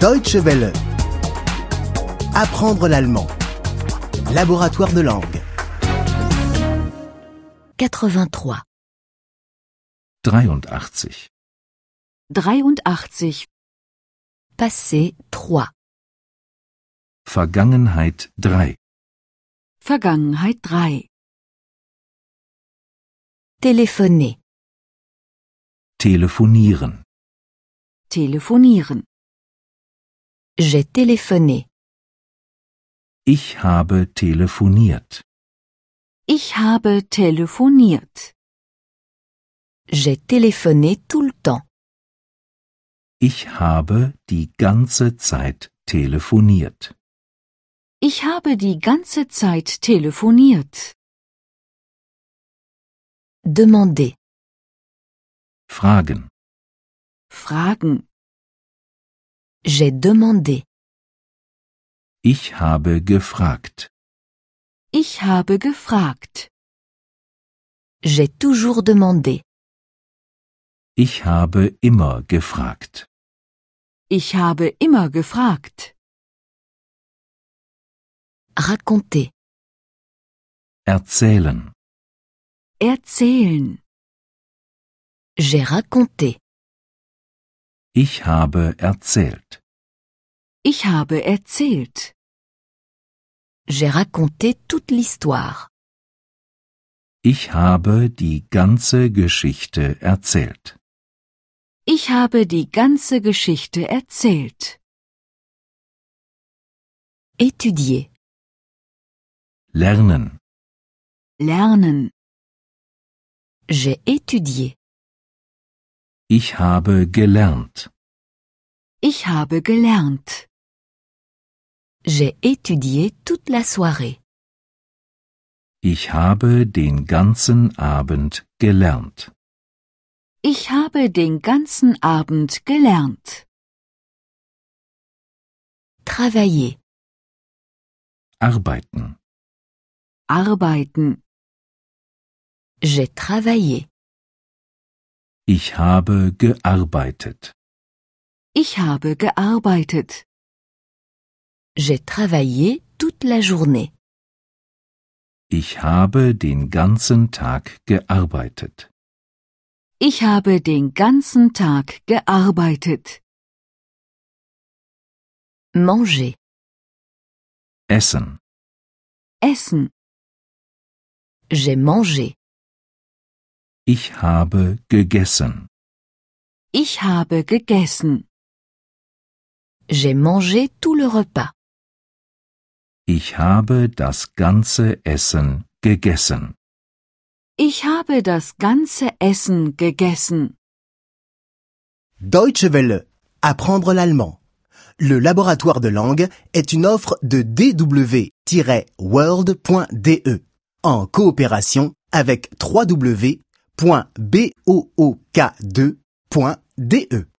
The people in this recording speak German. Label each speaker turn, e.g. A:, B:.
A: Deutsche Welle. Apprendre l'allemand. Laboratoire de langue.
B: 83.
C: 83.
D: 83.
B: Passé 3.
C: Vergangenheit 3.
D: Vergangenheit 3.
B: Téléphoner.
C: Telefonieren.
D: Telefonieren.
B: J'ai téléphoné.
C: Ich habe telefoniert.
D: Ich habe telefoniert.
B: J'ai téléphoné tout le temps.
C: Ich habe die ganze Zeit telefoniert.
D: Ich habe die ganze Zeit telefoniert.
B: Demander.
C: Fragen.
D: Fragen.
B: J'ai demandé.
C: Ich habe gefragt.
D: Ich habe gefragt.
B: J'ai toujours demandé.
C: Ich habe immer gefragt.
D: Ich habe immer gefragt.
B: Raconter.
C: Erzählen.
D: Erzählen.
B: J'ai raconté.
C: Ich habe erzählt.
D: Ich habe erzählt.
B: J'ai raconté toute l'histoire.
C: Ich habe die ganze Geschichte erzählt.
D: Ich habe die ganze Geschichte erzählt.
B: Étudier.
C: Lernen.
D: Lernen.
B: J'ai étudié.
C: Ich habe gelernt.
D: Ich habe gelernt.
B: J'ai étudié toute la soirée.
C: Ich habe den ganzen Abend gelernt.
D: Ich habe den ganzen Abend gelernt.
B: Travailler.
C: Arbeiten.
D: Arbeiten.
B: J'ai travaillé.
C: Ich habe gearbeitet.
D: Ich habe gearbeitet.
B: J'ai travaillé toute la journée.
C: Ich habe den ganzen Tag gearbeitet.
D: Ich habe den ganzen Tag gearbeitet.
B: Manger.
C: Essen.
D: Essen.
B: J'ai mangé.
C: Ich habe gegessen.
D: Ich habe gegessen.
B: J'ai mangé tout le repas.
C: Ich habe das ganze Essen gegessen.
D: Ich habe das ganze Essen gegessen.
A: Deutsche Welle. Apprendre l'allemand. Le laboratoire de langue est une offre de dw-world.de E en coopération avec www.book2.de.